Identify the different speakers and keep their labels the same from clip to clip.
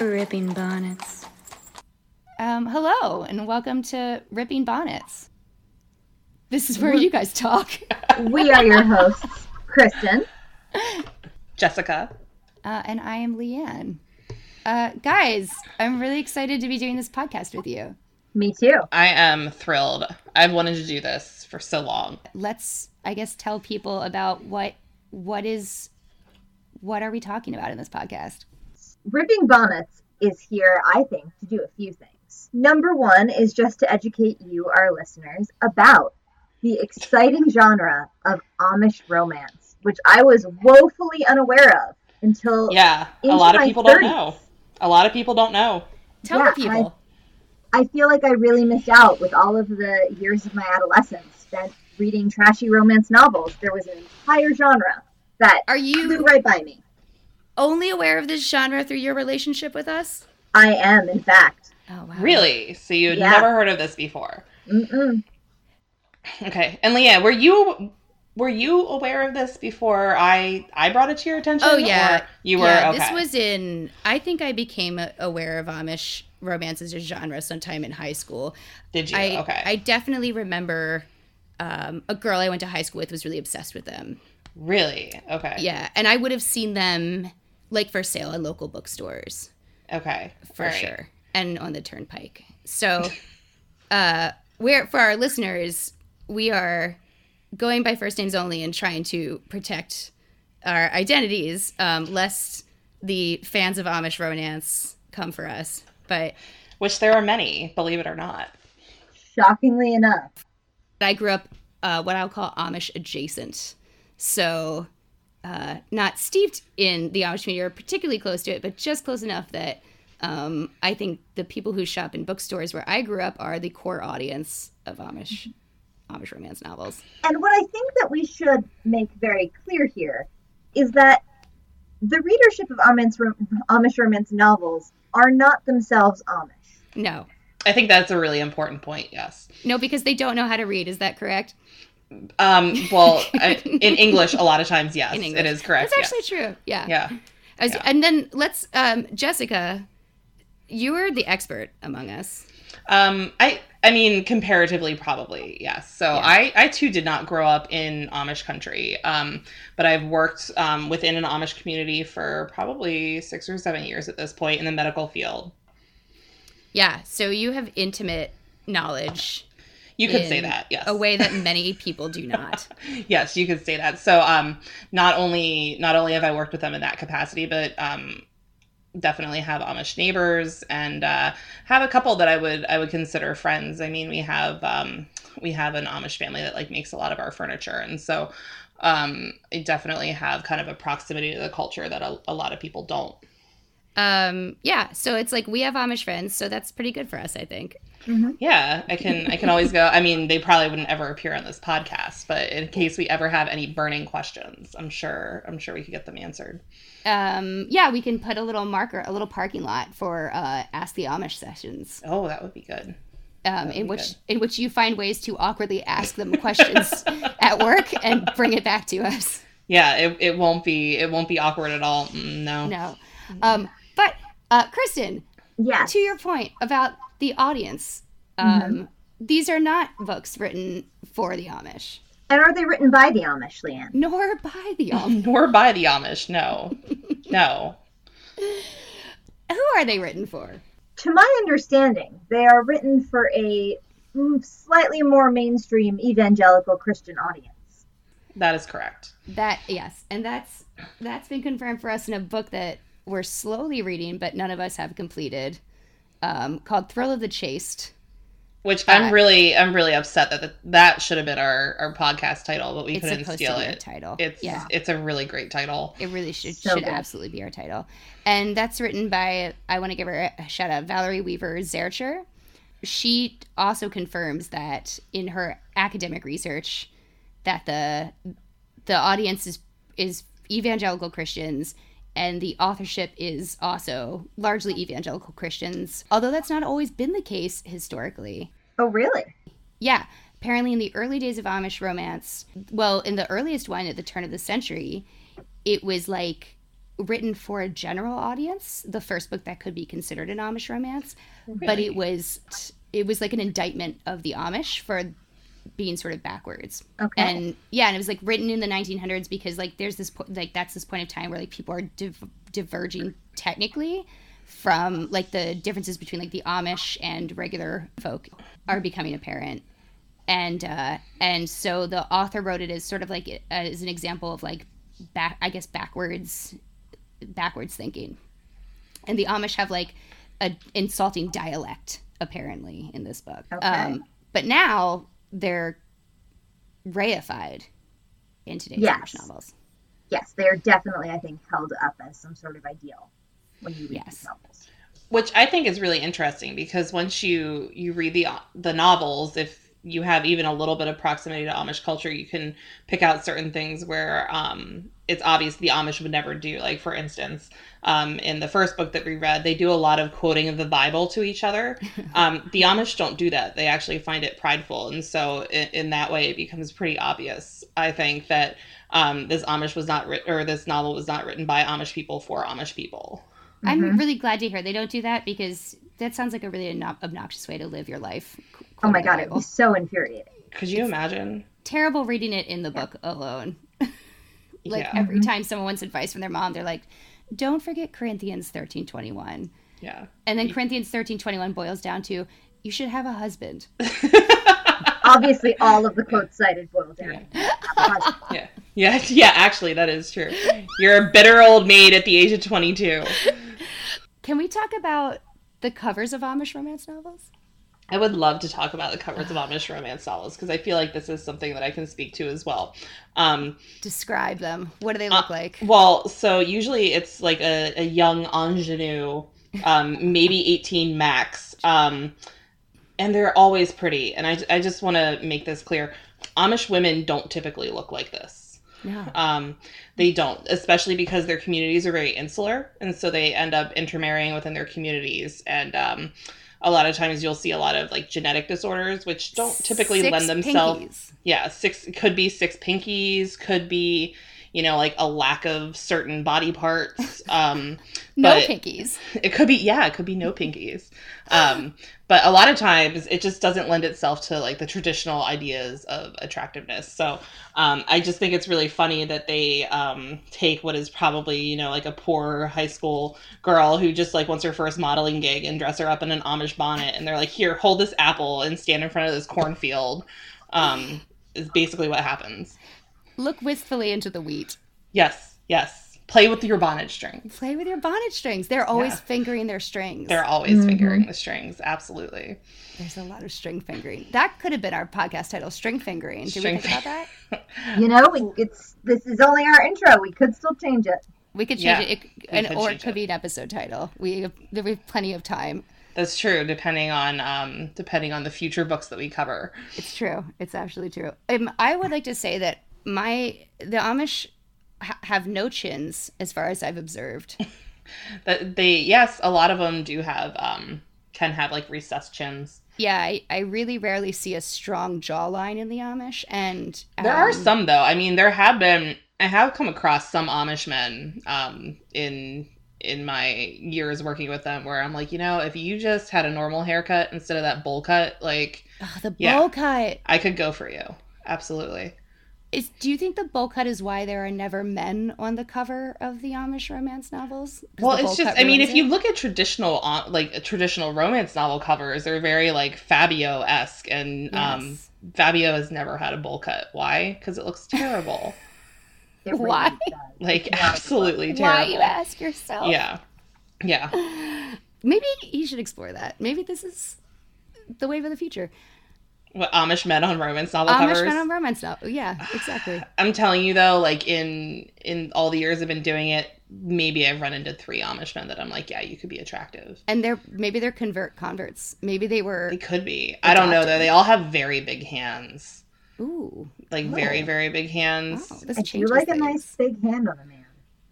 Speaker 1: Ripping bonnets.
Speaker 2: Um, hello, and welcome to Ripping Bonnets. This is where you guys talk.
Speaker 3: We are your hosts, Kristen.
Speaker 4: Jessica.
Speaker 2: Uh, and I am Leanne. Uh, guys, I'm really excited to be doing this podcast with you.
Speaker 3: Me too.
Speaker 4: I am thrilled. I've wanted to do this for so long.
Speaker 2: Let's, I guess, tell people about what what is what are we talking about in this podcast?
Speaker 3: Ripping Bonnets is here, I think, to do a few things. Number one is just to educate you, our listeners, about the exciting genre of Amish romance, which I was woefully unaware of until
Speaker 4: Yeah, a
Speaker 3: Into
Speaker 4: lot of
Speaker 3: my
Speaker 4: people
Speaker 3: 30s.
Speaker 4: don't know. A lot of people don't know.
Speaker 2: Tell
Speaker 3: Yeah,
Speaker 2: the people.
Speaker 3: I feel like I really missed out with all of the years of my adolescence spent reading trashy romance novels. There was an entire genre that
Speaker 1: Are
Speaker 3: flew
Speaker 1: you
Speaker 3: right by me.
Speaker 1: only aware of this genre through your relationship with us?
Speaker 3: I am, in fact.
Speaker 2: Oh wow.
Speaker 4: Really? So you had
Speaker 3: Yeah.
Speaker 4: never heard of this before?
Speaker 3: Mm-mm.
Speaker 4: Okay. And Leanne, were you were you aware of this before I I brought it to your attention?
Speaker 1: Oh, yeah.
Speaker 4: Or you were.
Speaker 1: yeah,
Speaker 4: okay.
Speaker 1: this was in. I think I became a- aware of Amish romance as a genre sometime in high school.
Speaker 4: Did you?
Speaker 1: I
Speaker 4: okay.
Speaker 1: I definitely remember um, a girl I went to high school with was really obsessed with them.
Speaker 4: really? Okay.
Speaker 1: Yeah, and I would have seen them like for sale at local bookstores
Speaker 4: Okay.
Speaker 1: for
Speaker 4: All right.
Speaker 1: sure, and on the turnpike. So, uh, we're for our listeners, we are going by first names only and trying to protect our identities, um, lest the fans of Amish romance come for us. But
Speaker 4: Which there are many, believe it or not.
Speaker 3: Shockingly enough.
Speaker 1: I grew up uh, what I'll call Amish adjacent. So, uh, not steeped in the Amish community or particularly close to it, but just close enough that um, I think the people who shop in bookstores where I grew up are the core audience of Amish Amish romance novels.
Speaker 3: And what I think that we should make very clear here is that the readership of Amish, rom- Amish romance novels are not themselves Amish.
Speaker 1: No,
Speaker 4: I think that's a really important point. Yes.
Speaker 1: no, because they don't know how to read. Is that correct?
Speaker 4: Um, well, I, in English, a lot of times, yes,
Speaker 1: In English.
Speaker 4: it is correct.
Speaker 1: That's actually true. Yeah.
Speaker 4: yes. yeah.
Speaker 1: I was-
Speaker 4: yeah.
Speaker 1: And then let's, um, Jessica, you were the expert among us.
Speaker 4: Um, I, I mean, comparatively, probably yes. So
Speaker 1: Yeah.
Speaker 4: I, I too did not grow up in Amish country, um, but I've worked um, within an Amish community for probably six or seven years at this point in the medical field.
Speaker 1: Yeah. So you have intimate knowledge
Speaker 4: You could say
Speaker 1: in
Speaker 4: that, yes.
Speaker 1: a way that many people do not.
Speaker 4: yes you could say that so um not only not only have i worked with them in that capacity but um definitely have amish neighbors and uh have a couple that i would i would consider friends i mean we have um we have an amish family that like makes a lot of our furniture and so um i definitely have kind of a proximity to the culture that a, a lot of people don't
Speaker 1: Um, yeah, so it's like we have Amish friends, so that's pretty good for us, I think.
Speaker 4: yeah i can i can always go i mean they probably wouldn't ever appear on this podcast but in case we ever have any burning questions i'm sure i'm sure we could get them answered
Speaker 1: Um, yeah, we can put a little marker, a little parking lot for uh, Ask the Amish sessions,
Speaker 4: Oh, that would be good.
Speaker 1: um,
Speaker 4: would
Speaker 1: in
Speaker 4: be
Speaker 1: which
Speaker 4: good.
Speaker 1: in which you find ways to awkwardly ask them questions at work and bring it back to us.
Speaker 4: Yeah, it, it won't be it won't be awkward at all. Mm, No.
Speaker 1: No, um, but uh, Kristen,
Speaker 3: Yeah.
Speaker 1: to your point about the audience, um,
Speaker 4: Mm-hmm.
Speaker 1: these are not books written for the Amish,
Speaker 3: And are they written by the Amish, Leanne?
Speaker 1: nor by the Amish.
Speaker 4: Nor by the Amish. No. no.
Speaker 1: Who are they written for?
Speaker 3: To my understanding, they are written for a mm, slightly more mainstream evangelical Christian audience.
Speaker 4: That is correct.
Speaker 1: That yes, and that's that's been confirmed for us in a book that we're slowly reading, but none of us have completed, um, called "Thrill of the Chaste."
Speaker 4: Which
Speaker 1: Uh,
Speaker 4: I'm really I'm really upset that that should have been our, our podcast title, but we
Speaker 1: It's
Speaker 4: couldn't
Speaker 1: supposed to be
Speaker 4: steal
Speaker 1: our
Speaker 4: it.
Speaker 1: title.
Speaker 4: It's
Speaker 1: yeah,
Speaker 4: it's a really great title.
Speaker 1: it really should
Speaker 3: So
Speaker 1: should
Speaker 3: good.
Speaker 1: absolutely be our title, and that's written by I want to give her a shout out, Valerie Weaver Zercher. She also confirms that in her academic research that the the audience is is evangelical Christians and the authorship is also largely evangelical Christians, although that's not always been the case historically.
Speaker 3: Oh, really?
Speaker 1: Yeah, apparently in the early days of Amish romance, well, in the earliest one at the turn of the century, it was like written for a general audience, the first book that could be considered an Amish romance, but it was it was like an indictment of the Amish for being sort of backwards.
Speaker 3: Okay.
Speaker 1: And yeah, and it was like written in the 1900s because like there's this po- like that's this point of time where like people are div- diverging technically from like the differences between like the Amish and regular folk are becoming apparent. And uh and so the author wrote it as sort of like uh, as an example of like back I guess backwards backwards thinking. And the Amish have like a insulting dialect apparently in this book. Um,
Speaker 3: Okay.
Speaker 1: but now they're reified in today's
Speaker 3: Yes.
Speaker 1: Amish novels.
Speaker 3: yes, they are definitely, I think, held up as some sort of ideal when you read
Speaker 1: Yes.
Speaker 3: these novels.
Speaker 4: which I think is really interesting because once you you read the the novels, if you have even a little bit of proximity to Amish culture, you can pick out certain things where um, it's obvious the Amish would never do. Like for instance, um, in the first book that we read, they do a lot of quoting of the Bible to each other. Um, the Amish don't do that; they actually find it prideful, and so in, in that way, it becomes pretty obvious. I think that um, this Amish was not writ- or this novel was not written by Amish people for Amish people.
Speaker 3: Mm-hmm.
Speaker 1: I'm really glad to hear they don't do that because that sounds like a really obno- obnoxious way to live your life.
Speaker 3: Oh
Speaker 1: quoting the
Speaker 3: my god, it
Speaker 1: Bible.
Speaker 3: was so infuriating.
Speaker 4: Could you imagine?
Speaker 1: terrible reading it in the book alone. like
Speaker 4: yeah.
Speaker 1: every
Speaker 3: Mm-hmm.
Speaker 1: time someone wants advice from their mom, they're like, "Don't forget Corinthians 13:21."
Speaker 4: yeah.
Speaker 1: And then Corinthians 13:21 boils down to, "You should have a husband."
Speaker 3: Obviously, all of the quotes cited boiled down. to-
Speaker 4: yeah. Yeah. Yeah. Actually, that is true. You're a bitter old maid at the age of 22.
Speaker 1: Can we talk about the covers of Amish romance novels?
Speaker 4: I would love to talk about the covers of Amish romance novels because I feel like this is something that I can speak to as well. Um,
Speaker 1: Describe them. What do they
Speaker 4: Uh,
Speaker 1: look like?
Speaker 4: Well, so usually it's like a, a young ingenue, um, maybe 18 max. Um, and they're always pretty. And I, I just want to make this clear Amish women don't typically look like this.
Speaker 1: No.
Speaker 4: Um, they don't, especially because their communities are very insular. And so they end up intermarrying within their communities. And um, a lot of times you'll see a lot of like genetic disorders, which don't typically
Speaker 1: Six
Speaker 4: lend themselves
Speaker 1: pinkies.
Speaker 4: yeah six could be six pinkies could be you know like a lack of certain body parts um
Speaker 1: No
Speaker 4: but-
Speaker 1: pinkies.
Speaker 4: it could be yeah it could be no pinkies um but a lot of times it just doesn't lend itself to like the traditional ideas of attractiveness so um i just think it's really funny that they um take what is probably you know like a poor high school girl who just like wants her first modeling gig and dress her up in an amish bonnet and they're like here hold this apple and stand in front of this cornfield um is basically what happens
Speaker 1: Look wistfully into the wheat.
Speaker 4: yes yes play with your bonnet strings
Speaker 1: Play with your bonnet strings. They're always
Speaker 4: Yeah.
Speaker 1: fingering their strings.
Speaker 4: they're always
Speaker 3: Mhm.
Speaker 4: fingering the strings absolutely
Speaker 1: There's a lot of string fingering. That could have been our podcast title, string fingering. Did
Speaker 4: String
Speaker 1: we think about that?
Speaker 3: you know, we, it's this is only our intro. We could still change it.
Speaker 1: We could change
Speaker 4: Yeah,
Speaker 1: it, it
Speaker 4: we
Speaker 1: and,
Speaker 4: could
Speaker 1: or it
Speaker 4: change
Speaker 1: could
Speaker 4: it.
Speaker 1: be an episode title. We have, there we have plenty of time.
Speaker 4: That's true, depending on um, depending on the future books that we cover.
Speaker 1: It's true. It's absolutely true. Um, I would like to say that my the Amish ha- have no chins, as far as I've observed.
Speaker 4: That they yes, a lot of them do have um, can have like recessed chins.
Speaker 1: Yeah, I, I really rarely see a strong jawline in the Amish, and
Speaker 4: There are
Speaker 1: um,
Speaker 4: some though. I mean, there have been I have come across some Amish men um, in in my years working with them where I'm like, you know, if you just had a normal haircut instead of that bowl cut, like
Speaker 1: Ugh, the bowl
Speaker 4: Yeah.
Speaker 1: cut.
Speaker 4: I could go for you. Absolutely.
Speaker 1: Is do you think the bowl cut is why there are never men on the cover of the Amish romance novels? 'Cause
Speaker 4: Well,
Speaker 1: the bowl
Speaker 4: it's just
Speaker 1: cut
Speaker 4: I mean,
Speaker 1: ruins
Speaker 4: if
Speaker 1: it?
Speaker 4: you look at traditional uh, like traditional romance novel covers, they're very like Fabio-esque and um
Speaker 1: Yes.
Speaker 4: Fabio has never had a bowl cut. Why? Because it looks terrible.
Speaker 3: It really
Speaker 1: Why?
Speaker 3: does.
Speaker 4: like absolutely
Speaker 1: why
Speaker 4: terrible.
Speaker 1: you ask yourself?
Speaker 4: Yeah, yeah.
Speaker 1: Maybe you should explore that. Maybe this is the wave of the future.
Speaker 4: What Amish men on romance novel
Speaker 1: Amish
Speaker 4: covers?
Speaker 1: men on romance novel. Yeah, exactly.
Speaker 4: I'm telling you though, like in in all the years I've been doing it, maybe I've run into three Amish men that I'm like, yeah, you could be attractive.
Speaker 1: And they're maybe they're convert converts. Maybe they were
Speaker 4: They could be. I don't know though.
Speaker 1: Adopted.
Speaker 4: They all have very big hands,
Speaker 1: ooh.
Speaker 4: like very
Speaker 3: Oh.
Speaker 4: very big
Speaker 1: Wow,
Speaker 4: hands.
Speaker 1: this
Speaker 3: I do
Speaker 1: changes
Speaker 3: like a
Speaker 1: things.
Speaker 3: nice big hand on a man.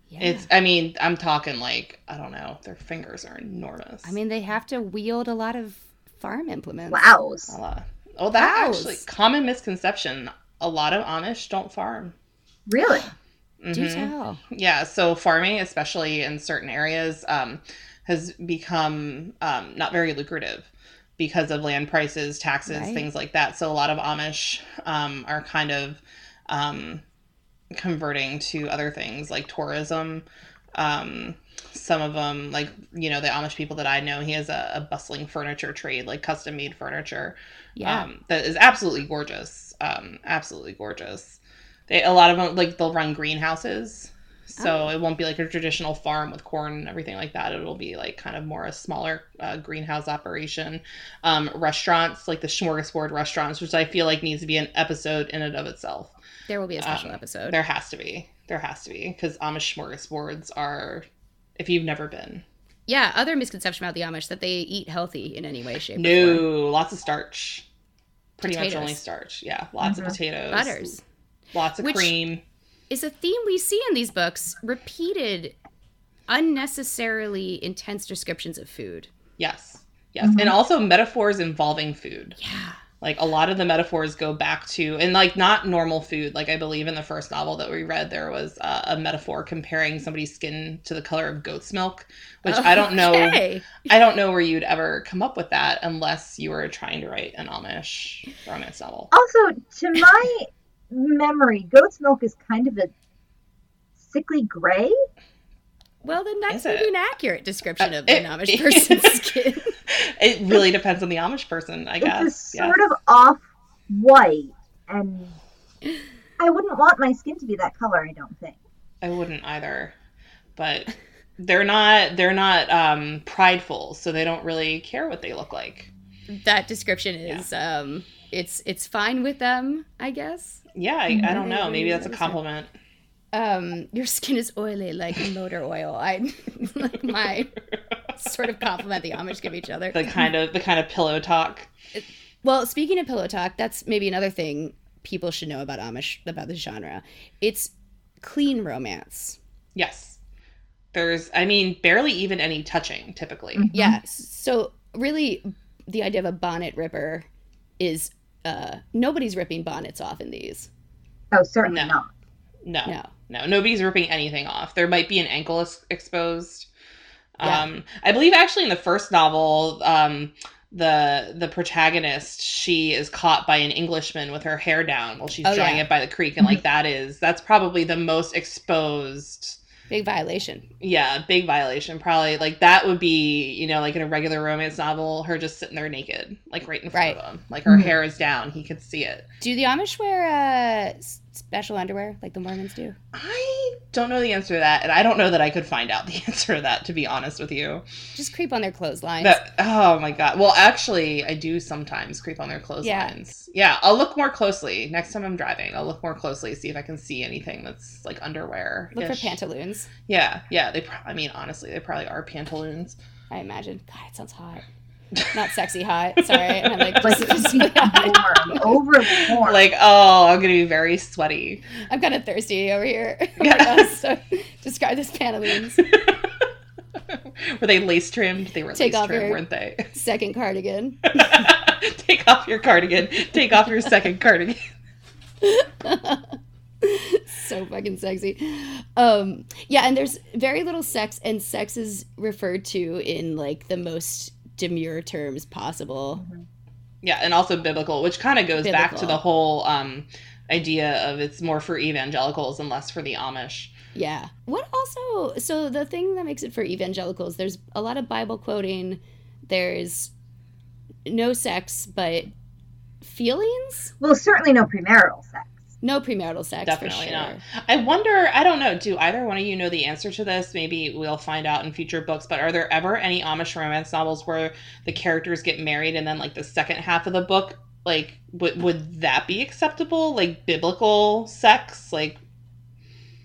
Speaker 1: Yeah.
Speaker 4: It's. I mean, I'm talking like I don't know. Their fingers are enormous.
Speaker 1: I mean, they have to wield a lot of farm implements.
Speaker 3: Wow.
Speaker 4: A lot. Well, that
Speaker 1: Cows.
Speaker 4: actually common misconception. A lot of Amish don't farm. Mm-hmm.
Speaker 3: Really?
Speaker 1: Do tell.
Speaker 4: Yeah, so farming, especially in certain areas, um, has become um, not very lucrative because of land prices, taxes,
Speaker 1: Right.
Speaker 4: things like that. So a lot of Amish um, are kind of um, converting to other things like tourism. Um, some of them, like you know, the Amish people that I know, he has a, a bustling furniture trade, like custom made furniture
Speaker 1: Yeah.
Speaker 4: um, that is absolutely gorgeous. Um, absolutely gorgeous. They a lot of them like they'll run greenhouses,
Speaker 1: Oh.
Speaker 4: so it won't be like a traditional farm with corn and everything like that. It'll be like kind of more a smaller uh, greenhouse operation. Um, restaurants like the smorgasbord restaurants, which I feel like needs to be an episode in and of itself.
Speaker 1: there will be a special
Speaker 4: um,
Speaker 1: episode.
Speaker 4: There has to be. There has to be because Amish smorgasbords are. If you've never been,
Speaker 1: yeah, other misconception about the Amish that they eat healthy in any way, shape, or form.
Speaker 4: no, lots of starch. Pretty much
Speaker 1: Potatoes. Mm-hmm.
Speaker 4: only starch. Yeah, lots
Speaker 3: Mhm.
Speaker 4: of potatoes.
Speaker 1: Butters
Speaker 4: Lots of
Speaker 1: Which-
Speaker 4: cream.
Speaker 1: is a theme we see in these books repeated unnecessarily intense descriptions of food.
Speaker 4: Yes. Yes. And also metaphors involving food.
Speaker 1: Yeah.
Speaker 4: Like a lot of the metaphors go back to, and like not normal food. Like I believe in the first novel that we read, there was uh, a metaphor comparing somebody's skin to the color of goat's milk, which I don't know.
Speaker 1: Okay.
Speaker 4: I don't know where you'd ever come up with that unless you were trying to write an Amish romance novel.
Speaker 3: Also, to my memory, goat's milk is kind of a sickly gray.
Speaker 1: Well, then that's
Speaker 4: Is
Speaker 1: maybe
Speaker 4: it?
Speaker 1: an accurate description
Speaker 4: Uh,
Speaker 1: of an
Speaker 4: it-
Speaker 1: Amish person's skin.
Speaker 4: It really depends on the Amish person, I
Speaker 3: It's
Speaker 4: guess.
Speaker 3: a
Speaker 4: Yeah.
Speaker 3: sort of off white, and I wouldn't want my skin to be that color. I don't think.
Speaker 4: I wouldn't either. But they're not they're not um prideful, so they don't really care what they look like.
Speaker 1: that description is um it's it's fine with them, I guess.
Speaker 4: Yeah, I, I
Speaker 1: Maybe-
Speaker 4: don't know. Maybe that's a
Speaker 1: maybe so.
Speaker 4: compliment.
Speaker 1: Um your skin is oily like motor oil. I like my sort of compliment the Amish give each other.
Speaker 4: The kind of the kind of pillow talk.
Speaker 1: Well, speaking of pillow talk, that's maybe another thing people should know about Amish about the genre. It's clean romance.
Speaker 4: Yes. There's I mean, barely even any touching typically.
Speaker 3: Mhm.
Speaker 1: Yeah. So really the idea of a bonnet ripper is uh nobody's ripping bonnets off in these.
Speaker 3: Oh, certainly
Speaker 4: No.
Speaker 3: not.
Speaker 4: No.
Speaker 1: No.
Speaker 4: No, nobody's ripping anything off. There might be an ankle ex- exposed.
Speaker 1: Yeah.
Speaker 4: Um, I believe actually in the first novel, um, the the protagonist she is caught by an Englishman with her hair down while she's
Speaker 1: Oh,
Speaker 4: drying
Speaker 1: yeah.
Speaker 4: it by the creek, and like that is that's probably the most exposed.
Speaker 1: Big violation.
Speaker 4: Yeah, big violation. Probably like that would be you know like in a regular romance novel, her just sitting there naked, like right in front of him, like her
Speaker 1: Mm-hmm.
Speaker 3: Mhm.
Speaker 4: hair is down, he could see it.
Speaker 1: Do the Amish wear uh, s- special underwear like the Mormons do?
Speaker 4: I don't know the answer to that, and I don't know that I could find out the answer to that. To be honest with you,
Speaker 1: Just creep on their clotheslines.
Speaker 4: that oh my god. Well, actually, I do sometimes creep on their clotheslines. Yeah. I'll look more closely next time I'm driving. I'll look more closely see if I can see anything that's like underwear.
Speaker 1: Look for pantaloons.
Speaker 4: Yeah, yeah. They. Pro- I mean, honestly, they probably are pantaloons.
Speaker 1: I imagine. God, it sounds hot. Not sexy hot. Sorry. I'm like,
Speaker 3: Like
Speaker 1: just, just-
Speaker 3: warm, over warm.
Speaker 4: Like, oh, I'm gonna be very sweaty.
Speaker 1: I'm kind of thirsty over here. Oh my
Speaker 4: Yeah.
Speaker 1: gosh, so describe this pantaloons.
Speaker 4: Were they lace trimmed? They were
Speaker 1: Take
Speaker 4: lace
Speaker 1: off
Speaker 4: trimmed,
Speaker 1: your-
Speaker 4: weren't they?
Speaker 1: Second cardigan.
Speaker 4: Take off your cardigan. Take off your second cardigan.
Speaker 1: so fucking sexy. Um, yeah, and there's very little sex, and sex is referred to in like the most demure terms possible.
Speaker 4: Yeah, and also biblical, which kind of goes back to
Speaker 1: Biblical.
Speaker 4: the whole um, idea of it's more for evangelicals and less for the Amish.
Speaker 1: Yeah. What also, so the thing that makes it for evangelicals, there's a lot of Bible quoting, there's no sex, but feelings?
Speaker 3: well, certainly no premarital sex.
Speaker 1: No premarital sex, for
Speaker 4: Definitely
Speaker 1: sure.
Speaker 4: not. I wonder, I don't know, do either one of you know the answer to this? Maybe we'll find out in future books, but are there ever any Amish romance novels where the characters get married and then, like, the second half of the book, like, would would that be acceptable? Like, biblical sex? Like,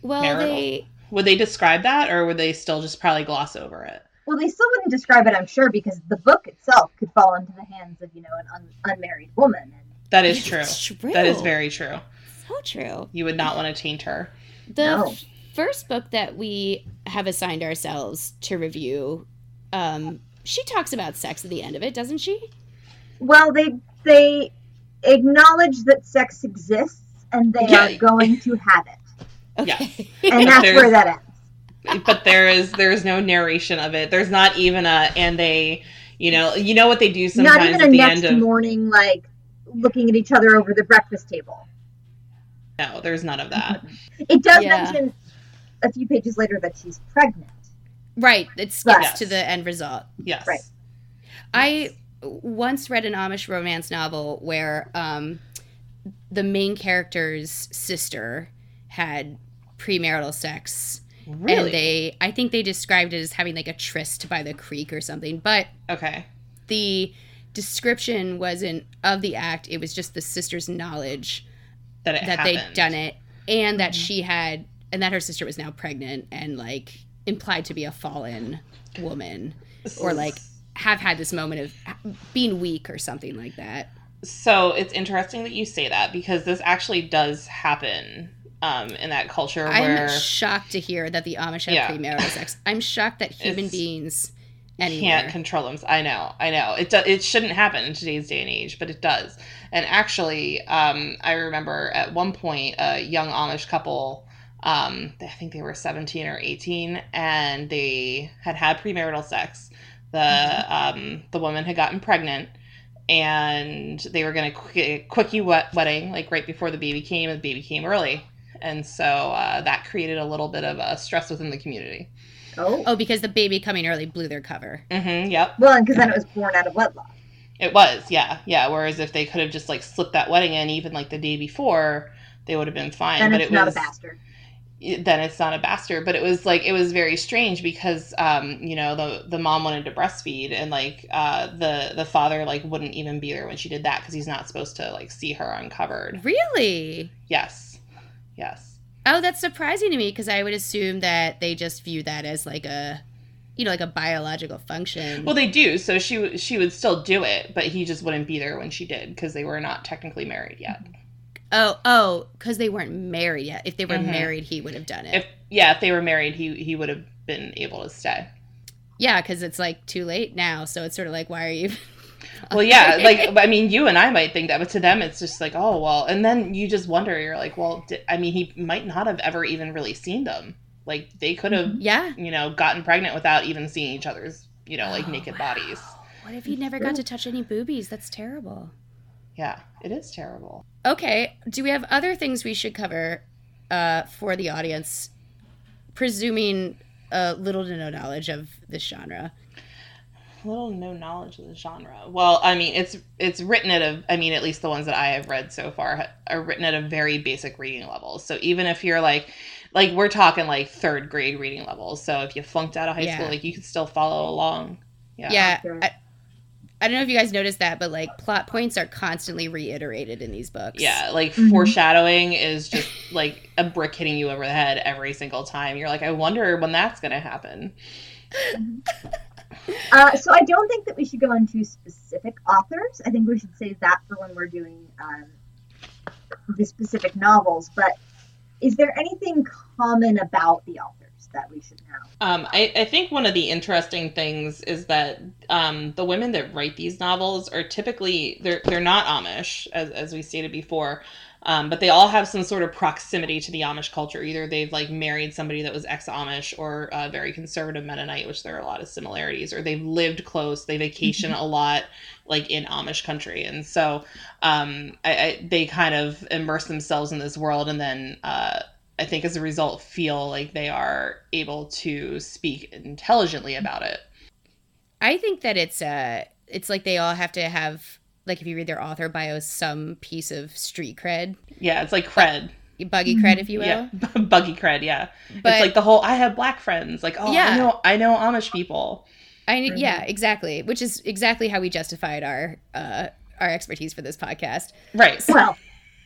Speaker 1: Well,
Speaker 4: Marital.
Speaker 1: they,
Speaker 4: would they describe that or would they still just probably gloss over it?
Speaker 3: Well, they still wouldn't describe it, I'm sure, because the book itself could fall into the hands of you know an un- unmarried woman. And
Speaker 4: That is true.
Speaker 1: true.
Speaker 4: That is very true.
Speaker 1: so true.
Speaker 4: You would not want to taint her.
Speaker 1: The
Speaker 3: No.
Speaker 1: f- first book that we have assigned ourselves to review, um, she talks about sex at the end of it, doesn't she?
Speaker 3: well, they they acknowledge that sex exists and they
Speaker 4: Yeah.
Speaker 3: are going to have it.
Speaker 4: Yes.
Speaker 3: and that's
Speaker 4: There's-
Speaker 3: where that ends.
Speaker 4: but there is there is no narration of it. There's not even a and they, you know, you know what they do sometimes
Speaker 3: Not even a
Speaker 4: at the
Speaker 3: next
Speaker 4: end of
Speaker 3: morning, like looking at each other over the breakfast table.
Speaker 4: no. There's none of that.
Speaker 3: It does
Speaker 1: Yeah.
Speaker 3: mention a few pages later that she's pregnant.
Speaker 1: Right. It skips
Speaker 4: Yes.
Speaker 1: to the end result.
Speaker 4: Yes,
Speaker 3: Mm-hmm. Right.
Speaker 1: I once read an Amish romance novel where um, the main character's sister had premarital sex.
Speaker 4: really.
Speaker 1: And they, I think they described it as having like a tryst by the creek or something. But
Speaker 4: okay,
Speaker 1: the description wasn't of the act, it was just the sister's knowledge
Speaker 4: that it
Speaker 1: that they'd
Speaker 4: happened. Mm-hmm.
Speaker 1: done it and that she had, and that her sister was now pregnant and like implied to be a fallen woman. or, like, have had this moment of being weak or something like that.
Speaker 4: So it's interesting that you say that because this actually does happen um, in that culture where
Speaker 1: I'm shocked to hear that the Amish have
Speaker 4: Yeah.
Speaker 1: premarital sex. I'm shocked that human
Speaker 4: It's-
Speaker 1: beings
Speaker 4: can't
Speaker 1: anywhere.
Speaker 4: control them. I know, I know. It do, it shouldn't happen in today's day and age, but it does. And actually, um, I remember at one point a young Amish couple. Um, I think they were 17 or 18, and they had had premarital sex. The um, the woman had gotten pregnant, and they were going to qu- quickie wet wedding like right before the baby came. And the baby came early, and so uh, that created a little bit of uh, stress within the community.
Speaker 3: Oh.
Speaker 1: Oh, because the baby coming early blew their cover.
Speaker 4: hmm yep.
Speaker 3: Well, and because then it was born out of wedlock.
Speaker 4: It was, yeah, yeah. Whereas if they could have just like slipped that wedding in even like the day before, they would have been fine.
Speaker 3: Then
Speaker 4: but
Speaker 3: it's
Speaker 4: it
Speaker 3: not
Speaker 4: was
Speaker 3: a bastard.
Speaker 4: it- then it's not a bastard. But it was like it was very strange because um, you know the the mom wanted to breastfeed and like uh, the the father like wouldn't even be there when she did that because he's not supposed to like see her uncovered.
Speaker 1: Really?
Speaker 4: Yes, yes.
Speaker 1: Oh, that's surprising to me because I would assume that they just view that as like a, you know, like a biological function.
Speaker 4: Well, they do. So she w- she would still do it, but he just wouldn't be there when she did because they were not technically married yet.
Speaker 1: oh, oh, because they weren't married yet. If they were
Speaker 4: Mhm.
Speaker 1: married, he would have done it.
Speaker 4: If yeah, if they were married, he he would have been able to stay.
Speaker 1: yeah, because it's like too late now. So it's sort of like, why are you?
Speaker 4: Well, yeah, like I mean, you and I might think that, but to them, it's just like, oh well. And then you just wonder, you're like, well, di- I mean, he might not have ever even really seen them. Like they could have,
Speaker 1: yeah.
Speaker 4: you know, gotten pregnant without even seeing each other's, you know, like
Speaker 1: Mm-hmm. Oh,
Speaker 4: naked
Speaker 1: wow.
Speaker 4: bodies.
Speaker 1: What if he never got to touch any boobies? That's terrible.
Speaker 4: Yeah, it is terrible.
Speaker 1: Okay. Do we have other things we should cover uh, for the audience, presuming uh, little to no knowledge of this genre?
Speaker 4: Little to no knowledge of the genre. Well, I mean, it's it's written at a, I mean, at least the ones that I have read so far ha- are written at a very basic reading level. So even if you're like, like we're talking like third grade reading levels. So if you flunked out of high
Speaker 1: Yeah.
Speaker 4: school, like you could still follow along. Yeah.
Speaker 1: Yeah.
Speaker 3: Sure.
Speaker 1: I, I don't know if you guys noticed that, but like plot points are constantly reiterated in these books.
Speaker 4: Yeah, like
Speaker 3: Mhm.
Speaker 4: foreshadowing is just like a brick hitting you over the head every single time. You're like, I wonder when that's going to happen.
Speaker 3: Uh, so I don't think that we should go into specific authors. I think we should save that for when we're doing um, the specific novels. But is there anything common about the authors that we should know?
Speaker 4: Um, I, I think one of the interesting things is that um, the women that write these novels are typically they're they're not Amish, as as we stated before, um, but they all have some sort of proximity to the Amish culture. Either they've like married somebody that was ex Amish or uh, very conservative Mennonite, which there are a lot of similarities, or they've lived close, they vacation a lot, like in Amish country, and so um, I, I, they kind of immerse themselves in this world, and then. Uh, I think as a result feel like they are able to speak intelligently about it.
Speaker 1: I think that it's uh it's like they all have to have like if you read their author bios, some piece of street cred,
Speaker 4: Yeah, it's like cred.
Speaker 1: buggy cred, if you will.
Speaker 4: Yeah. Buggy cred, yeah.
Speaker 1: But
Speaker 4: it's like the whole I have black friends. Like, oh
Speaker 1: Yeah.
Speaker 4: I know I know Amish people.
Speaker 1: I
Speaker 4: Mhm.
Speaker 1: yeah, exactly. Which is exactly how we justified our uh, our expertise for this podcast.
Speaker 4: Right.
Speaker 3: Well,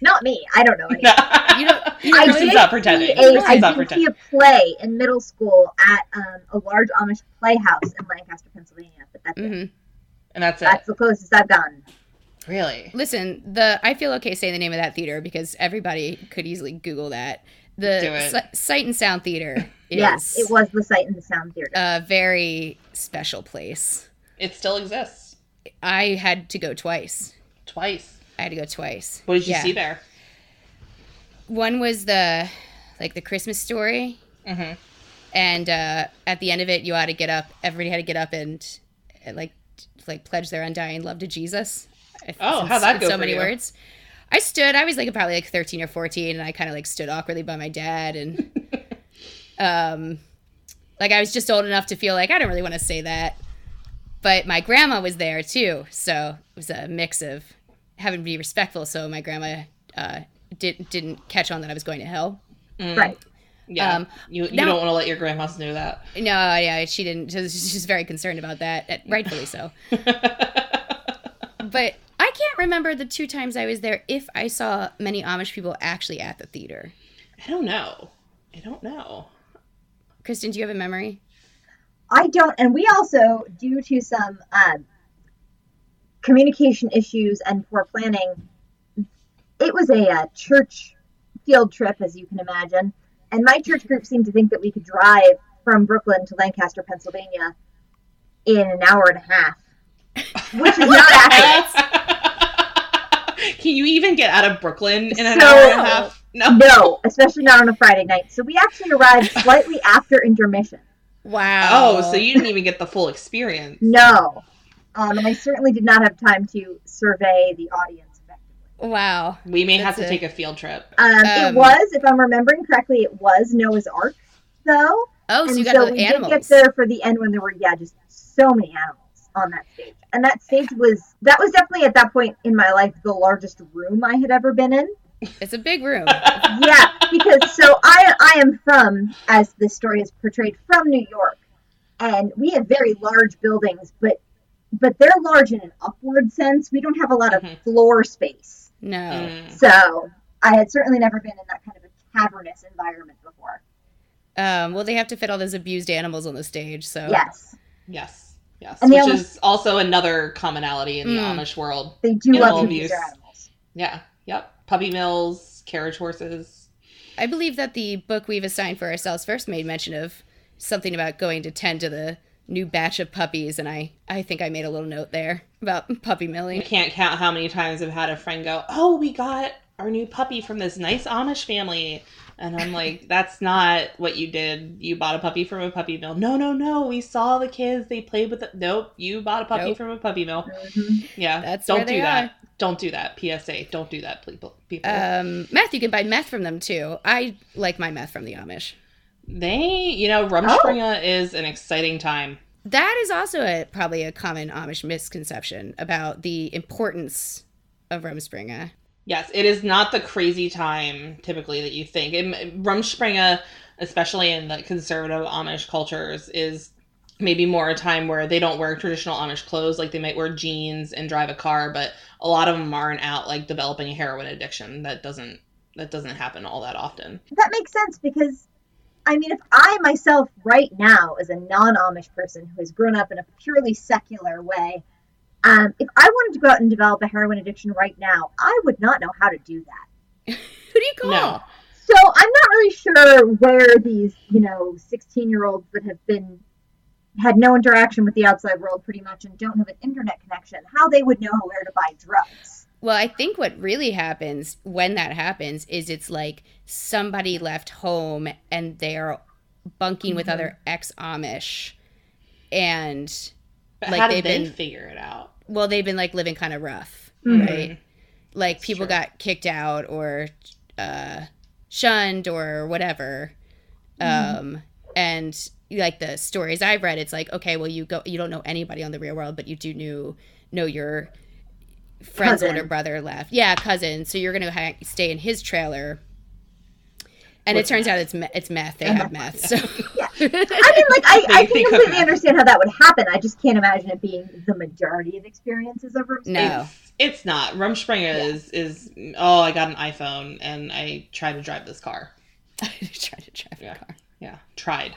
Speaker 3: not me. I don't know anything.
Speaker 1: You don't- you don't
Speaker 4: Kristen's
Speaker 1: really-
Speaker 4: not pretending.
Speaker 3: See a-
Speaker 4: Kristen's
Speaker 3: I did see
Speaker 4: not pretending.
Speaker 3: a play in middle school at um, a large Amish playhouse in Lancaster, Pennsylvania. But that's, it.
Speaker 1: Mhm.
Speaker 4: And that's it.
Speaker 3: that's the closest I've gotten.
Speaker 4: Really.
Speaker 1: Listen, the I feel okay saying the name of that theater because everybody could easily Google that.
Speaker 4: Do
Speaker 1: The
Speaker 4: it.
Speaker 1: Si- Sight and Sound Theater is
Speaker 3: Yes, it was the Sight and the Sound Theater.
Speaker 1: a very special place.
Speaker 4: It still exists.
Speaker 1: I had to go twice.
Speaker 4: Twice.
Speaker 1: I had to go twice.
Speaker 4: What did you
Speaker 1: Yeah.
Speaker 4: see there?
Speaker 1: One was the like the Christmas story.
Speaker 4: hmm
Speaker 1: And uh, at the end of it, you had to get up. Everybody had to get up and, and like like pledge their undying love to Jesus. If-
Speaker 4: Oh,
Speaker 1: since
Speaker 4: how'd that
Speaker 1: it's
Speaker 4: go
Speaker 1: So
Speaker 4: for
Speaker 1: many
Speaker 4: you?
Speaker 1: words. I stood. I was like probably like thirteen or fourteen, and I kind of like stood awkwardly by my dad, and um, like I was just old enough to feel like I don't really want to say that. But my grandma was there too, so it was a mix of having to be respectful. So my grandma uh, did, didn't catch on that I was going to hell.
Speaker 3: Right.
Speaker 4: Mm. Yeah.
Speaker 1: Um,
Speaker 4: you you
Speaker 1: now-
Speaker 4: don't want to let your grandmas know that.
Speaker 1: No, yeah, she didn't. She was- She's very concerned about that, and rightfully so. but I can't remember the two times I was there if I saw many Amish people actually at the theater.
Speaker 4: I don't know. I don't know.
Speaker 1: Kristen, do you have a memory?
Speaker 3: I don't, and we also, due to some um, communication issues and poor planning, it was a uh, church field trip, as you can imagine. And my church group seemed to think that we could drive from Brooklyn to Lancaster, Pennsylvania, in an hour and a half, which is not accurate.
Speaker 4: Can you even get out of Brooklyn in an
Speaker 3: So-
Speaker 4: hour and a half? No.
Speaker 3: No, especially not on a Friday night. So we actually arrived slightly after intermission.
Speaker 1: Wow.
Speaker 4: Oh, so you didn't even get the full experience.
Speaker 3: No. Um, and I certainly did not have time to survey the audience effectively.
Speaker 1: Wow.
Speaker 4: We may have
Speaker 1: That's
Speaker 4: to
Speaker 1: it.
Speaker 4: take a field trip.
Speaker 3: Um,
Speaker 1: Um,
Speaker 3: it was, if I'm remembering correctly, it was Noah's Ark, though.
Speaker 1: Oh, so
Speaker 3: and
Speaker 1: you got
Speaker 3: so
Speaker 1: the
Speaker 3: we
Speaker 1: animals.
Speaker 3: did get there for the end when there were, yeah, just so many animals on that stage. And that stage was, that was definitely at that point in my life the largest room I had ever been in.
Speaker 1: It's a big room.
Speaker 3: yeah, because so I I am from, as this story is portrayed, from New York, and we have very large buildings, but but they're large in an upward sense. We don't have a lot of
Speaker 1: Mm-hmm.
Speaker 4: Mhm.
Speaker 3: floor space,
Speaker 1: No.
Speaker 4: Mm.
Speaker 3: so I had certainly never been in that kind of a cavernous environment before.
Speaker 1: Um, well, they have to fit all those abused animals on the stage,
Speaker 4: Oh.
Speaker 1: so
Speaker 3: Yes,
Speaker 4: Yes. Yes.
Speaker 3: And the
Speaker 4: Which
Speaker 3: Amish-
Speaker 4: is also another commonality in the
Speaker 1: Mm.
Speaker 4: Amish world.
Speaker 3: they do
Speaker 4: Animal
Speaker 3: love to abuse
Speaker 4: abuse.
Speaker 3: their animals.
Speaker 4: Yeah. Yep. Puppy mills, carriage horses.
Speaker 1: I believe that the book we've assigned for ourselves first made mention of something about going to tend to the new batch of puppies, and I I think I made a little note there about puppy
Speaker 4: I
Speaker 1: milling.
Speaker 4: can't count how many times I've had a friend go, "Oh, we got our new puppy from this nice Amish family," and I'm like, "That's not what you did. You bought a puppy from a puppy mill. No, no, no. We saw the kids. They played with it. Nope. You bought a puppy
Speaker 1: Nope.
Speaker 4: from a puppy mill.
Speaker 3: Mhm.
Speaker 4: Yeah.
Speaker 1: That's
Speaker 4: don't
Speaker 1: where they
Speaker 4: do that. Don't do that. PSA. Don't do that, people. People.
Speaker 1: Um, meth, you can buy meth from them too. I like my meth from the Amish.
Speaker 4: they, you know,
Speaker 1: oh.
Speaker 4: Rumspringa is an exciting time.
Speaker 1: That is also a, probably a common Amish misconception about the importance of Rumspringa.
Speaker 4: Yes, it is not the crazy time typically that you think. It, Rumspringa, especially in the conservative Amish cultures, is maybe more a time where they don't wear traditional Amish clothes. Like they might wear jeans and drive a car, but a lot of them aren't out like developing a heroin addiction. That doesn't that doesn't happen all that often.
Speaker 3: That makes sense because. I mean, if I myself right now, as a non Amish person who has grown up in a purely secular way, um, if I wanted to go out and develop a heroin addiction right now, I would not know how to do that.
Speaker 1: Who do you call?
Speaker 4: No.
Speaker 3: So I'm not really sure where these, you know, 16 year olds that have been had no interaction with the outside world pretty much and don't have an internet connection, how they would know where to buy drugs.
Speaker 1: Well, I think what really happens when that happens is it's like somebody left home and they're bunking with
Speaker 3: Mhm.
Speaker 4: Mm-hmm.
Speaker 1: other ex Amish. And,
Speaker 4: But
Speaker 1: Like
Speaker 4: how
Speaker 1: they've
Speaker 4: did they
Speaker 1: been-
Speaker 4: figure it out?
Speaker 1: well, they've been like living kind of rough,
Speaker 3: Mhm.
Speaker 1: right? Like
Speaker 4: Mm-hmm. That's
Speaker 1: people
Speaker 4: true.
Speaker 1: got kicked out or uh, shunned or whatever.
Speaker 4: Mm-hmm.
Speaker 3: Mhm.
Speaker 1: um and like the stories i've read it's like okay well you go you don't know anybody on the real world but you do knew know your friend's
Speaker 3: Cousin.
Speaker 1: older brother left yeah cousin so you're gonna ha- stay in his trailer and
Speaker 4: With
Speaker 1: it turns out it's me- it's meth they have meth so
Speaker 3: I mean, like, I, I
Speaker 4: They-
Speaker 3: can
Speaker 4: they cook
Speaker 3: completely
Speaker 4: meth.
Speaker 3: understand how that would happen. I just can't imagine it being the majority of experiences of rooms.
Speaker 1: No.
Speaker 4: It's, it's not. Rumspringa is is oh, I got an iPhone and I tried to drive this car.
Speaker 1: I tried to drive
Speaker 4: Yeah.
Speaker 1: a car
Speaker 4: Yeah, tried.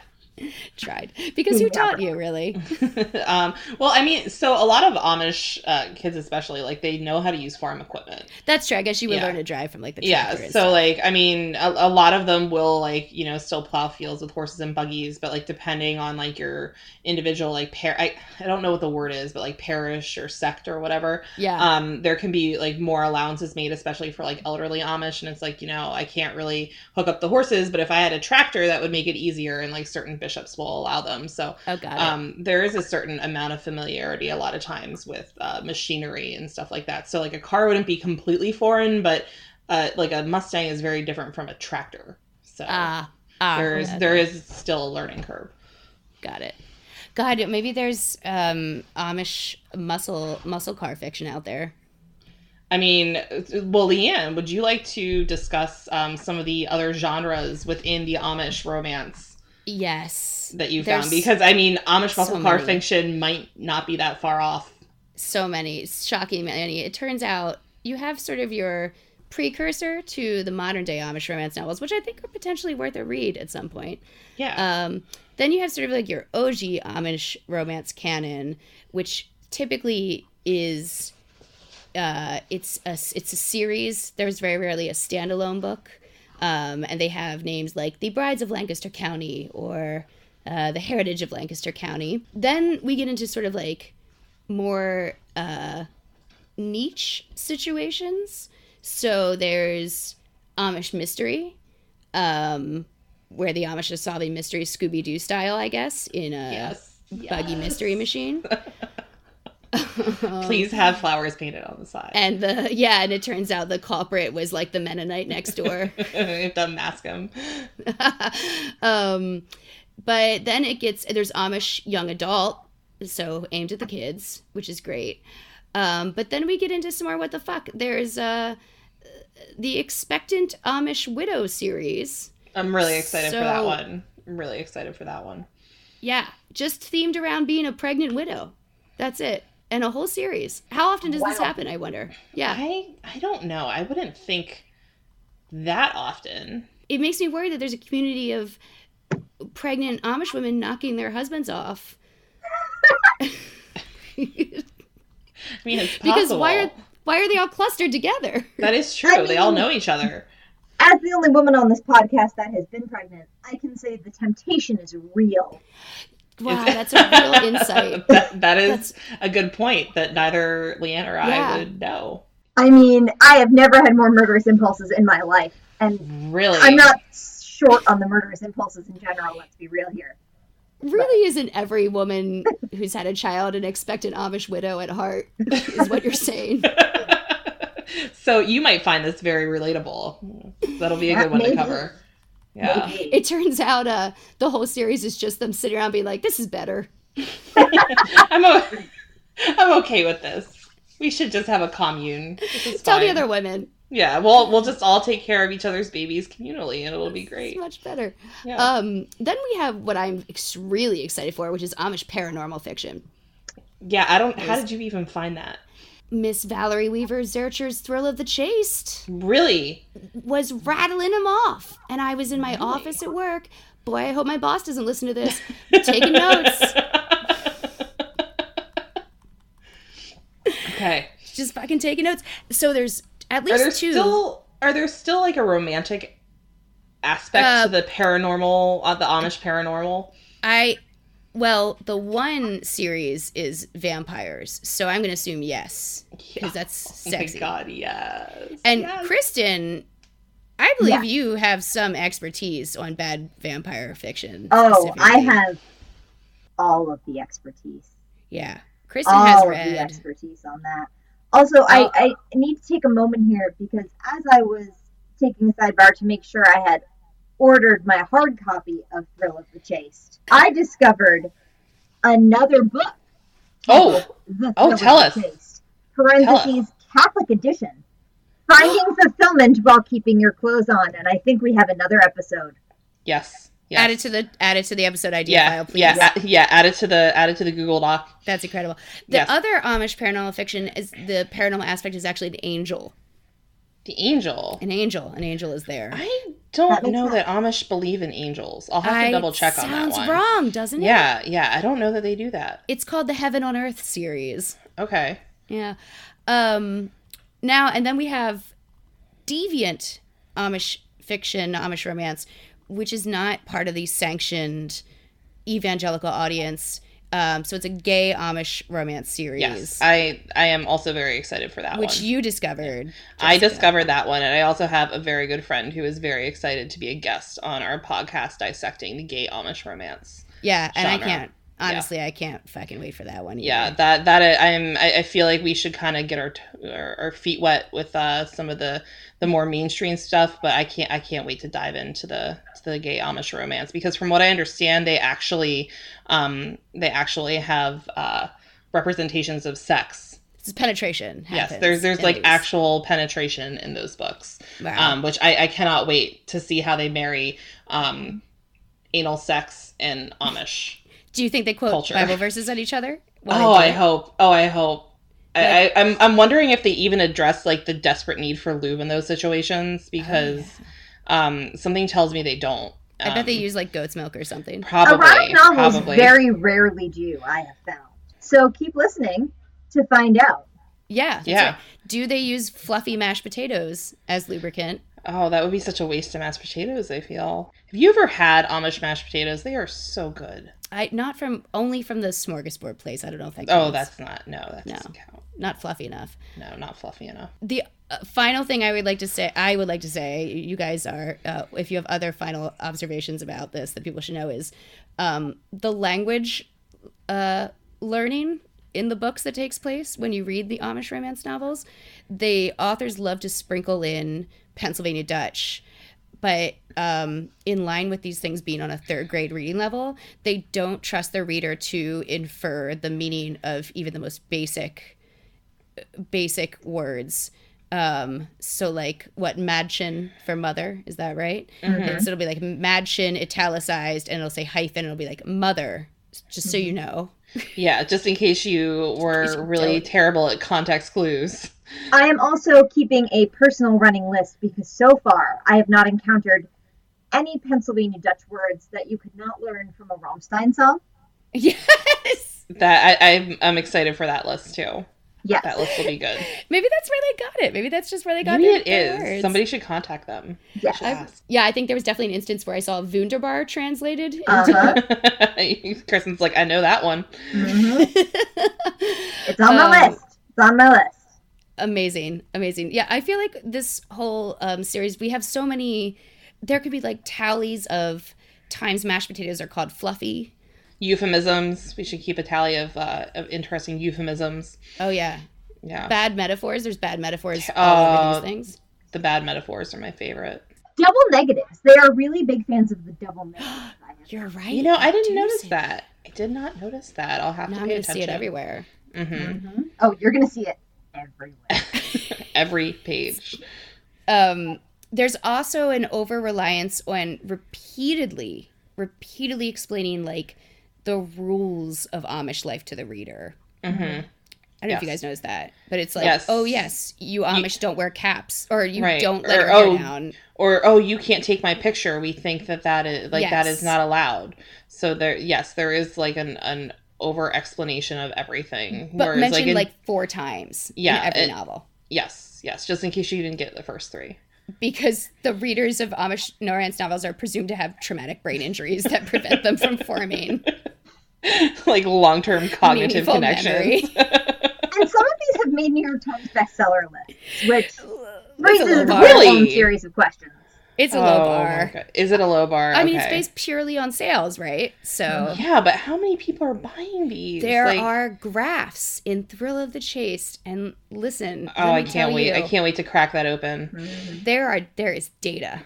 Speaker 1: Tried. Because who taught you, really?
Speaker 4: um, well, I mean, so a lot of Amish uh, kids, especially, like they know how to use farm equipment.
Speaker 1: That's true. I guess you would
Speaker 4: Yeah.
Speaker 1: learn to drive from like the
Speaker 4: yeah.
Speaker 1: tractor and
Speaker 4: So,
Speaker 1: stuff.
Speaker 4: like, I mean, a, a lot of them will like you know still plow fields with horses and buggies, but like depending on like your individual like par, I I don't know what the word is, but like parish or sect or whatever.
Speaker 1: yeah.
Speaker 4: um, there can be like more allowances made, especially for like elderly Amish. And it's like, you know, I can't really hook up the horses, but if I had a tractor, that would make it easier. And like certain bishops will allow them. So
Speaker 1: oh god.
Speaker 4: um, there is a certain amount of familiarity a lot of times with uh, machinery and stuff like that. So like a car wouldn't be completely foreign, but uh, like a Mustang is very different from a tractor. So
Speaker 1: ah. Ah.
Speaker 4: there's,
Speaker 1: yeah,
Speaker 4: there is still a learning curve.
Speaker 1: Got it. God, maybe there's um, Amish muscle muscle car fiction out there.
Speaker 4: I mean, well, Leanne, would you like to discuss um, some of the other genres within the Amish romance
Speaker 1: Yes.
Speaker 4: that you
Speaker 1: There's
Speaker 4: found? Because I mean, Amish
Speaker 1: so
Speaker 4: muscle car
Speaker 1: many.
Speaker 4: fiction might not be that far off.
Speaker 1: so many, shocking many. It turns out you have sort of your precursor to the modern day Amish romance novels, which I think are potentially worth a read at some point.
Speaker 4: Yeah,
Speaker 1: Um, then you have sort of like your OG Amish romance canon, which typically is uh, it's a it's a series. There's very rarely a standalone book, um, and they have names like the Brides of Lancaster County or uh, the Heritage of Lancaster County. Then we get into sort of like more uh, niche situations. So there's Amish mystery, um, where the Amish are solving mysteries Scooby Doo style, I guess, in a
Speaker 4: yes.
Speaker 1: buggy
Speaker 4: Yes.
Speaker 1: mystery machine. Um,
Speaker 4: Please have flowers painted on the side.
Speaker 1: And the yeah, and it turns out the culprit was like the Mennonite next door.
Speaker 4: if done mask them.
Speaker 1: um, but then it gets there's Amish young adult, so aimed at the kids, which is great. Um, but then we get into some more what the fuck. There's uh, the expectant Amish widow series.
Speaker 4: I'm really excited for that
Speaker 1: So-
Speaker 4: one. I'm really excited for that one.
Speaker 1: Yeah, just themed around being a pregnant widow. That's it, and a whole series. How often does this
Speaker 3: Wow.
Speaker 1: happen? I wonder. Yeah,
Speaker 4: I I don't know. I wouldn't think that often.
Speaker 1: it makes me worry that there's a community of pregnant Amish women knocking their husbands off.
Speaker 4: I mean, it's possible.
Speaker 1: because why are why are they all clustered together?
Speaker 4: that is true.
Speaker 3: I
Speaker 4: they all
Speaker 3: mean-
Speaker 4: know each other.
Speaker 3: As the only woman on this podcast that has been pregnant, I can say the temptation is real.
Speaker 1: Wow, that's a real insight.
Speaker 4: That- that
Speaker 1: That's-
Speaker 4: is a good point that neither Leanne or I
Speaker 1: Yeah.
Speaker 4: would know.
Speaker 3: I mean, I have never had more murderous impulses in my life, and
Speaker 4: Really,
Speaker 3: I'm not short on the murderous impulses in general. Let's be real here.
Speaker 1: Really, isn't every woman who's had a child an expectant Amish widow at heart? Is what you're saying?
Speaker 4: so you might find this very relatable. That'll be a
Speaker 3: Yeah,
Speaker 4: good one to
Speaker 3: maybe.
Speaker 4: cover. Yeah.
Speaker 1: It turns out uh, the whole series is just them sitting around being like, "This is better."
Speaker 4: I'm, o- I'm okay with this. We should just have a commune. This is
Speaker 1: Tell the
Speaker 4: fine.
Speaker 1: other women,
Speaker 4: Yeah, well, we'll just all take care of each other's babies communally, and it'll be
Speaker 1: it's
Speaker 4: great.
Speaker 1: much better.
Speaker 4: Yeah.
Speaker 1: Um, then we have what I'm ex- really excited for, which is Amish paranormal fiction.
Speaker 4: yeah, I don't. How did you even find that?
Speaker 1: Miss Valerie Weaver Zercher's Thrill of the Chaste.
Speaker 4: Really?
Speaker 1: was rattling him off. And I was in my office at work. Boy, I hope my boss doesn't listen to this. Taking notes.
Speaker 4: okay.
Speaker 1: Just fucking taking notes. So there's at
Speaker 4: Are
Speaker 1: least
Speaker 4: there
Speaker 1: two.
Speaker 4: still are there still like a romantic aspect
Speaker 1: Uh,
Speaker 4: to the paranormal, uh, the Amish paranormal?
Speaker 1: I well, the one series is vampires. So I'm going to assume yes
Speaker 4: Yeah.
Speaker 1: because that's sexy.
Speaker 4: Oh my god, yes.
Speaker 1: and
Speaker 4: yes.
Speaker 1: Kristen, I believe
Speaker 3: Yeah.
Speaker 1: you have some expertise on bad vampire fiction.
Speaker 3: Oh, I
Speaker 1: specifically.
Speaker 3: have all of the expertise.
Speaker 1: Yeah. Kristen has
Speaker 4: Oh,
Speaker 3: all of the
Speaker 1: read.
Speaker 3: expertise on that. Also, I,
Speaker 1: Oh.
Speaker 3: I need to take a moment here because as I was taking a sidebar to make sure I had ordered my hard copy of Thrill of the Chase, I discovered another book.
Speaker 4: Oh,
Speaker 3: The Thrill
Speaker 4: Oh,
Speaker 3: of
Speaker 4: tell
Speaker 3: the
Speaker 4: us.
Speaker 3: Chaste, parentheses Catholic edition. Finding fulfillment while keeping your clothes on, and I think we have another episode.
Speaker 4: yes. Yes.
Speaker 1: Add it to the add it to the episode idea
Speaker 4: yeah,
Speaker 1: file, please.
Speaker 4: yeah, a- yeah. Add it to the add it to the Google Doc.
Speaker 1: That's incredible. The
Speaker 4: Yes.
Speaker 1: other Amish paranormal fiction is the paranormal aspect is actually an angel.
Speaker 4: The angel.
Speaker 1: An angel. An angel is there.
Speaker 4: I
Speaker 3: That
Speaker 4: don't
Speaker 3: makes
Speaker 4: know
Speaker 3: sense.
Speaker 4: that Amish believe in angels. I'll have to
Speaker 1: I-
Speaker 4: double check on that
Speaker 1: sounds
Speaker 4: one.
Speaker 1: wrong, doesn't it?
Speaker 4: Yeah, yeah. I don't know that they do that.
Speaker 1: It's called the Heaven on Earth series.
Speaker 4: Okay.
Speaker 1: Yeah. Um now and then we have deviant Amish fiction, Amish romance, which is not part of the sanctioned evangelical audience. Um so it's a gay Amish romance series.
Speaker 4: Yes. I I am also very excited for that
Speaker 1: which
Speaker 4: one.
Speaker 1: you discovered.
Speaker 4: I
Speaker 1: Jessica.
Speaker 4: discovered that one, and I also have a very good friend who is very excited to be a guest on our podcast dissecting the gay Amish romance.
Speaker 1: Yeah, and I
Speaker 4: genre.
Speaker 1: can't honestly I can't fucking wait for that one.
Speaker 4: Yeah,
Speaker 1: either.
Speaker 4: that that I, I'm. I, I feel like we should kind of get our, t- our our feet wet with uh, some of the the more mainstream stuff, but I can't I can't wait to dive into the to the gay Amish romance because from what I understand, they actually um they actually have uh, representations of sex.
Speaker 1: It's penetration.
Speaker 4: yes,
Speaker 1: happens
Speaker 4: there's there's
Speaker 1: in
Speaker 4: like
Speaker 1: these.
Speaker 4: actual penetration in those books.
Speaker 1: Wow.
Speaker 4: um, which I, I cannot wait to see how they marry um, anal sex and Amish.
Speaker 1: Do you think they quote
Speaker 4: culture.
Speaker 1: Bible verses at each other? while they
Speaker 4: oh,
Speaker 1: do
Speaker 4: I
Speaker 1: it?
Speaker 4: hope. Oh, I hope. I, I, I'm I'm wondering if they even address like the desperate need for lube in those
Speaker 1: Oh,
Speaker 4: situations because um, something tells me they don't.
Speaker 1: I bet they
Speaker 4: Um,
Speaker 1: use like goat's milk or something.
Speaker 4: probably
Speaker 3: Erotic novels
Speaker 4: probably
Speaker 3: very rarely do, I have found. So keep listening to find out.
Speaker 1: Yeah. that's
Speaker 4: Yeah.
Speaker 1: right. Do they use fluffy mashed potatoes as lubricant?
Speaker 4: Oh, that would be such a waste of mashed potatoes. I feel. Have you ever had Amish mashed potatoes? They are so good.
Speaker 1: I not from only from the smorgasbord place. I don't know if that.
Speaker 4: Oh,
Speaker 1: counts.
Speaker 4: that's not no. That
Speaker 1: No.
Speaker 4: doesn't count.
Speaker 1: not fluffy enough.
Speaker 4: No, not fluffy enough.
Speaker 1: The uh, final thing I would like to say, I would like to say, you guys are, uh, if you have other final observations about this that people should know, is um, the language uh, learning in the books that takes place when you read the Amish romance novels. The authors love to sprinkle in Pennsylvania Dutch. But um, in line with these things being on a third grade reading level, they don't trust their reader to infer the meaning of even the most basic uh, basic words. Um, so like what madchen for mother, is that right? And so it'll be like madchen italicized and it'll say hyphen, it'll be like mother, just so
Speaker 4: Mm-hmm.
Speaker 1: you know.
Speaker 4: Yeah, just in case you were really terrible at context clues.
Speaker 3: I am also keeping a personal running list because so far I have not encountered any Pennsylvania Dutch words that you could not learn from a Rammstein song.
Speaker 1: Yes.
Speaker 4: That I, I'm, I'm excited for that list too.
Speaker 3: Yes.
Speaker 4: That list will be good.
Speaker 1: Maybe that's where they got it. Maybe that's just where they got
Speaker 4: Maybe
Speaker 1: their-
Speaker 4: it
Speaker 1: their
Speaker 4: is.
Speaker 1: words.
Speaker 4: Somebody should contact them.
Speaker 3: Yeah.
Speaker 4: Should ask.
Speaker 1: Yeah, I think there was definitely an instance where I saw Wunderbar translated into
Speaker 4: Uh.
Speaker 3: Uh-huh.
Speaker 4: Kristen's like, I know that one.
Speaker 3: Mhm. It's on my
Speaker 1: Um,
Speaker 3: list. It's on my list.
Speaker 1: amazing amazing yeah i feel like this whole um, series we have so many there could be like tallies of times mashed potatoes are called fluffy
Speaker 4: Euphemisms. We should keep a tally of uh, of interesting euphemisms.
Speaker 1: oh yeah
Speaker 4: Yeah,
Speaker 1: bad metaphors there's bad metaphors all
Speaker 4: Uh,
Speaker 1: over these things
Speaker 4: the bad metaphors are my favorite.
Speaker 3: Double negatives. They are really big fans of the double negatives. I have.
Speaker 1: you're right
Speaker 4: You know, I didn't
Speaker 1: do
Speaker 4: notice
Speaker 1: say
Speaker 4: that. I did not notice that. I'll have
Speaker 1: now
Speaker 4: to
Speaker 1: i'm
Speaker 4: pay
Speaker 1: gonna
Speaker 4: attention.
Speaker 1: see it everywhere
Speaker 4: Mhm.
Speaker 3: Mhm. Oh, you're going to see it everywhere.
Speaker 4: Every page.
Speaker 1: um, there's also an over reliance on repeatedly, repeatedly explaining like the rules of Amish life to the reader.
Speaker 4: Mhm.
Speaker 1: I don't know if you
Speaker 4: Yes.
Speaker 1: guys noticed that, but it's like,
Speaker 4: Yes.
Speaker 1: oh yes, you Amish don't wear caps, or you
Speaker 4: Right.
Speaker 1: don't let
Speaker 4: Or,
Speaker 1: your hair
Speaker 4: oh,
Speaker 1: down.
Speaker 4: or oh you can't take my picture we think that that is like that
Speaker 1: Yes.
Speaker 4: is not allowed so there yes there is like an an over explanation of everything
Speaker 1: But
Speaker 4: Whereas,
Speaker 1: mentioned
Speaker 4: in-
Speaker 1: like, four times
Speaker 4: Yeah,
Speaker 1: in every
Speaker 4: it-
Speaker 1: novel
Speaker 4: yes yes just in case you didn't get the first three
Speaker 1: because the readers of Amish Norance novels are presumed to have traumatic brain injuries that prevent them from forming
Speaker 4: like long-term cognitive
Speaker 1: meaningful
Speaker 4: connections
Speaker 1: memory.
Speaker 3: and some of these have made New York Times bestseller lists, which
Speaker 1: That's a
Speaker 3: raises a
Speaker 1: low
Speaker 3: whole
Speaker 1: bar.
Speaker 4: Really?
Speaker 3: long series of questions.
Speaker 1: It's a low
Speaker 4: Oh,
Speaker 1: bar.
Speaker 4: my God. is it a low bar
Speaker 1: I mean, it's
Speaker 4: Okay.
Speaker 1: based purely on sales, right? So
Speaker 4: yeah but how many people are buying these
Speaker 1: there
Speaker 4: Like,
Speaker 1: are graphs in Thrill of the Chase, and listen,
Speaker 4: oh
Speaker 1: let
Speaker 4: i
Speaker 1: me
Speaker 4: can't
Speaker 1: tell
Speaker 4: wait
Speaker 1: you,
Speaker 4: i can't wait to crack that open
Speaker 3: Mm-hmm.
Speaker 1: There are there is data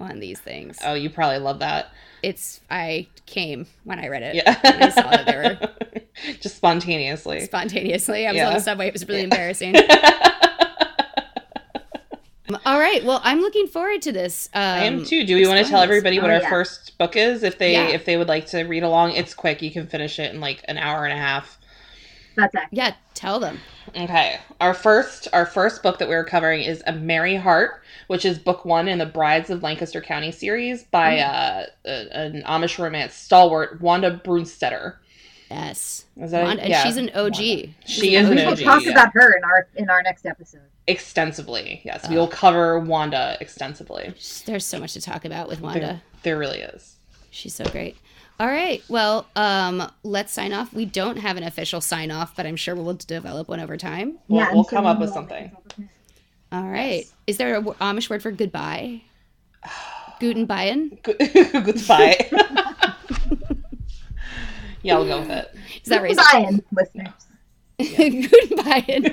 Speaker 1: on these things.
Speaker 4: oh you probably love that
Speaker 1: It's I came when I read it.
Speaker 4: yeah
Speaker 1: I saw that they were
Speaker 4: just spontaneously
Speaker 1: spontaneously. I was on
Speaker 4: Yeah.
Speaker 1: the subway. It was really embarrassing. Um, All right. Well, I'm looking forward to this. Um,
Speaker 4: I am too. Do we want to tell
Speaker 1: explains.
Speaker 4: everybody what
Speaker 3: Oh,
Speaker 4: our
Speaker 3: yeah.
Speaker 4: first book is if they
Speaker 1: Yeah.
Speaker 4: if they would like to read along? It's quick. You can finish it in like an hour and a half.
Speaker 3: That's accurate.
Speaker 1: Yeah, tell them.
Speaker 4: Okay. Our first our first book that we're covering is A Merry Heart, which is book 1 in the Brides of Lancaster County series by
Speaker 1: Mm.
Speaker 4: uh, a- an Amish romance stalwart Wanda Brunstetter.
Speaker 1: Yes.
Speaker 4: Is that
Speaker 1: Wanda- and
Speaker 4: Uh, yeah.
Speaker 1: she's an OG.
Speaker 4: She is an
Speaker 3: We will
Speaker 4: OG.
Speaker 3: talk
Speaker 4: yeah.
Speaker 3: about her in our in our next episode.
Speaker 4: extensively. Yes, we will cover Wanda extensively.
Speaker 1: There's so much to talk about with Wanda.
Speaker 4: There, there really is.
Speaker 1: She's so great. All right. Well, um, let's sign off. We don't have an official sign off, but I'm sure we'll develop one over time.
Speaker 4: We'll,
Speaker 3: yeah,
Speaker 4: we'll
Speaker 3: I'm sure
Speaker 4: come
Speaker 3: we
Speaker 4: up with
Speaker 3: will.
Speaker 4: something.
Speaker 1: All right. Is there a w- Amish word for goodbye? Guten Bayen?
Speaker 4: Good- Goodbye. yeah, we'll go with it.
Speaker 1: Is that right?
Speaker 3: Goodbye, and listeners.
Speaker 1: Guten Bayen.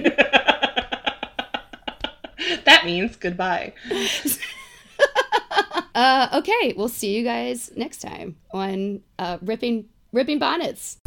Speaker 4: that means goodbye.
Speaker 1: Uh, okay. We'll see you guys next time on uh, ripping ripping bonnets.